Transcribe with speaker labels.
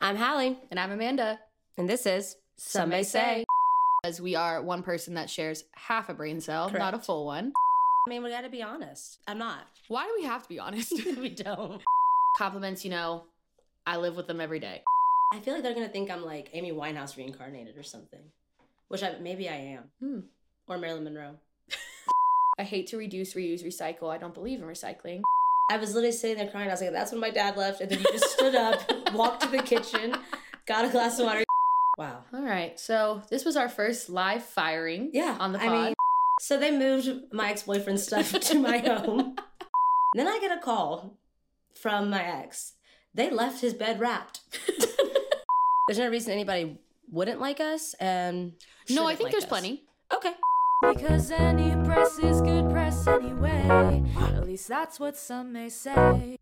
Speaker 1: I'm Hallie,
Speaker 2: And I'm Amanda.
Speaker 1: and this is Some May Say.
Speaker 2: As we are one person that shares half a brain cell, not a
Speaker 1: Correct.
Speaker 2: full one.
Speaker 1: I mean, we gotta be honest. I'm not.
Speaker 2: Why do we have to be honest?
Speaker 1: we don't.
Speaker 2: Compliments, you know, I live with them every day.
Speaker 1: I feel like they're gonna think I'm like Amy Winehouse reincarnated or something, which I maybe I am,
Speaker 2: Hmm.
Speaker 1: or Marilyn Monroe.
Speaker 2: I hate to reduce, reuse, recycle. I don't believe in recycling.
Speaker 1: I was literally sitting there crying. I was like, "That's when my dad left," and then you just stood up, walked to the kitchen, got a glass of water. Wow.
Speaker 2: All right. So this was our first live firing
Speaker 1: Yeah.
Speaker 2: on the
Speaker 1: I
Speaker 2: pod.
Speaker 1: mean, so they moved my ex boyfriend's stuff to my home. Then I get a call from my ex. They left his bed wrapped. there's no reason anybody wouldn't like us, and
Speaker 2: no, I
Speaker 1: shouldn't
Speaker 2: think
Speaker 1: like
Speaker 2: there's
Speaker 1: us.
Speaker 2: plenty.
Speaker 1: Okay.
Speaker 3: Because any press is good press anyway. At least that's what some may say.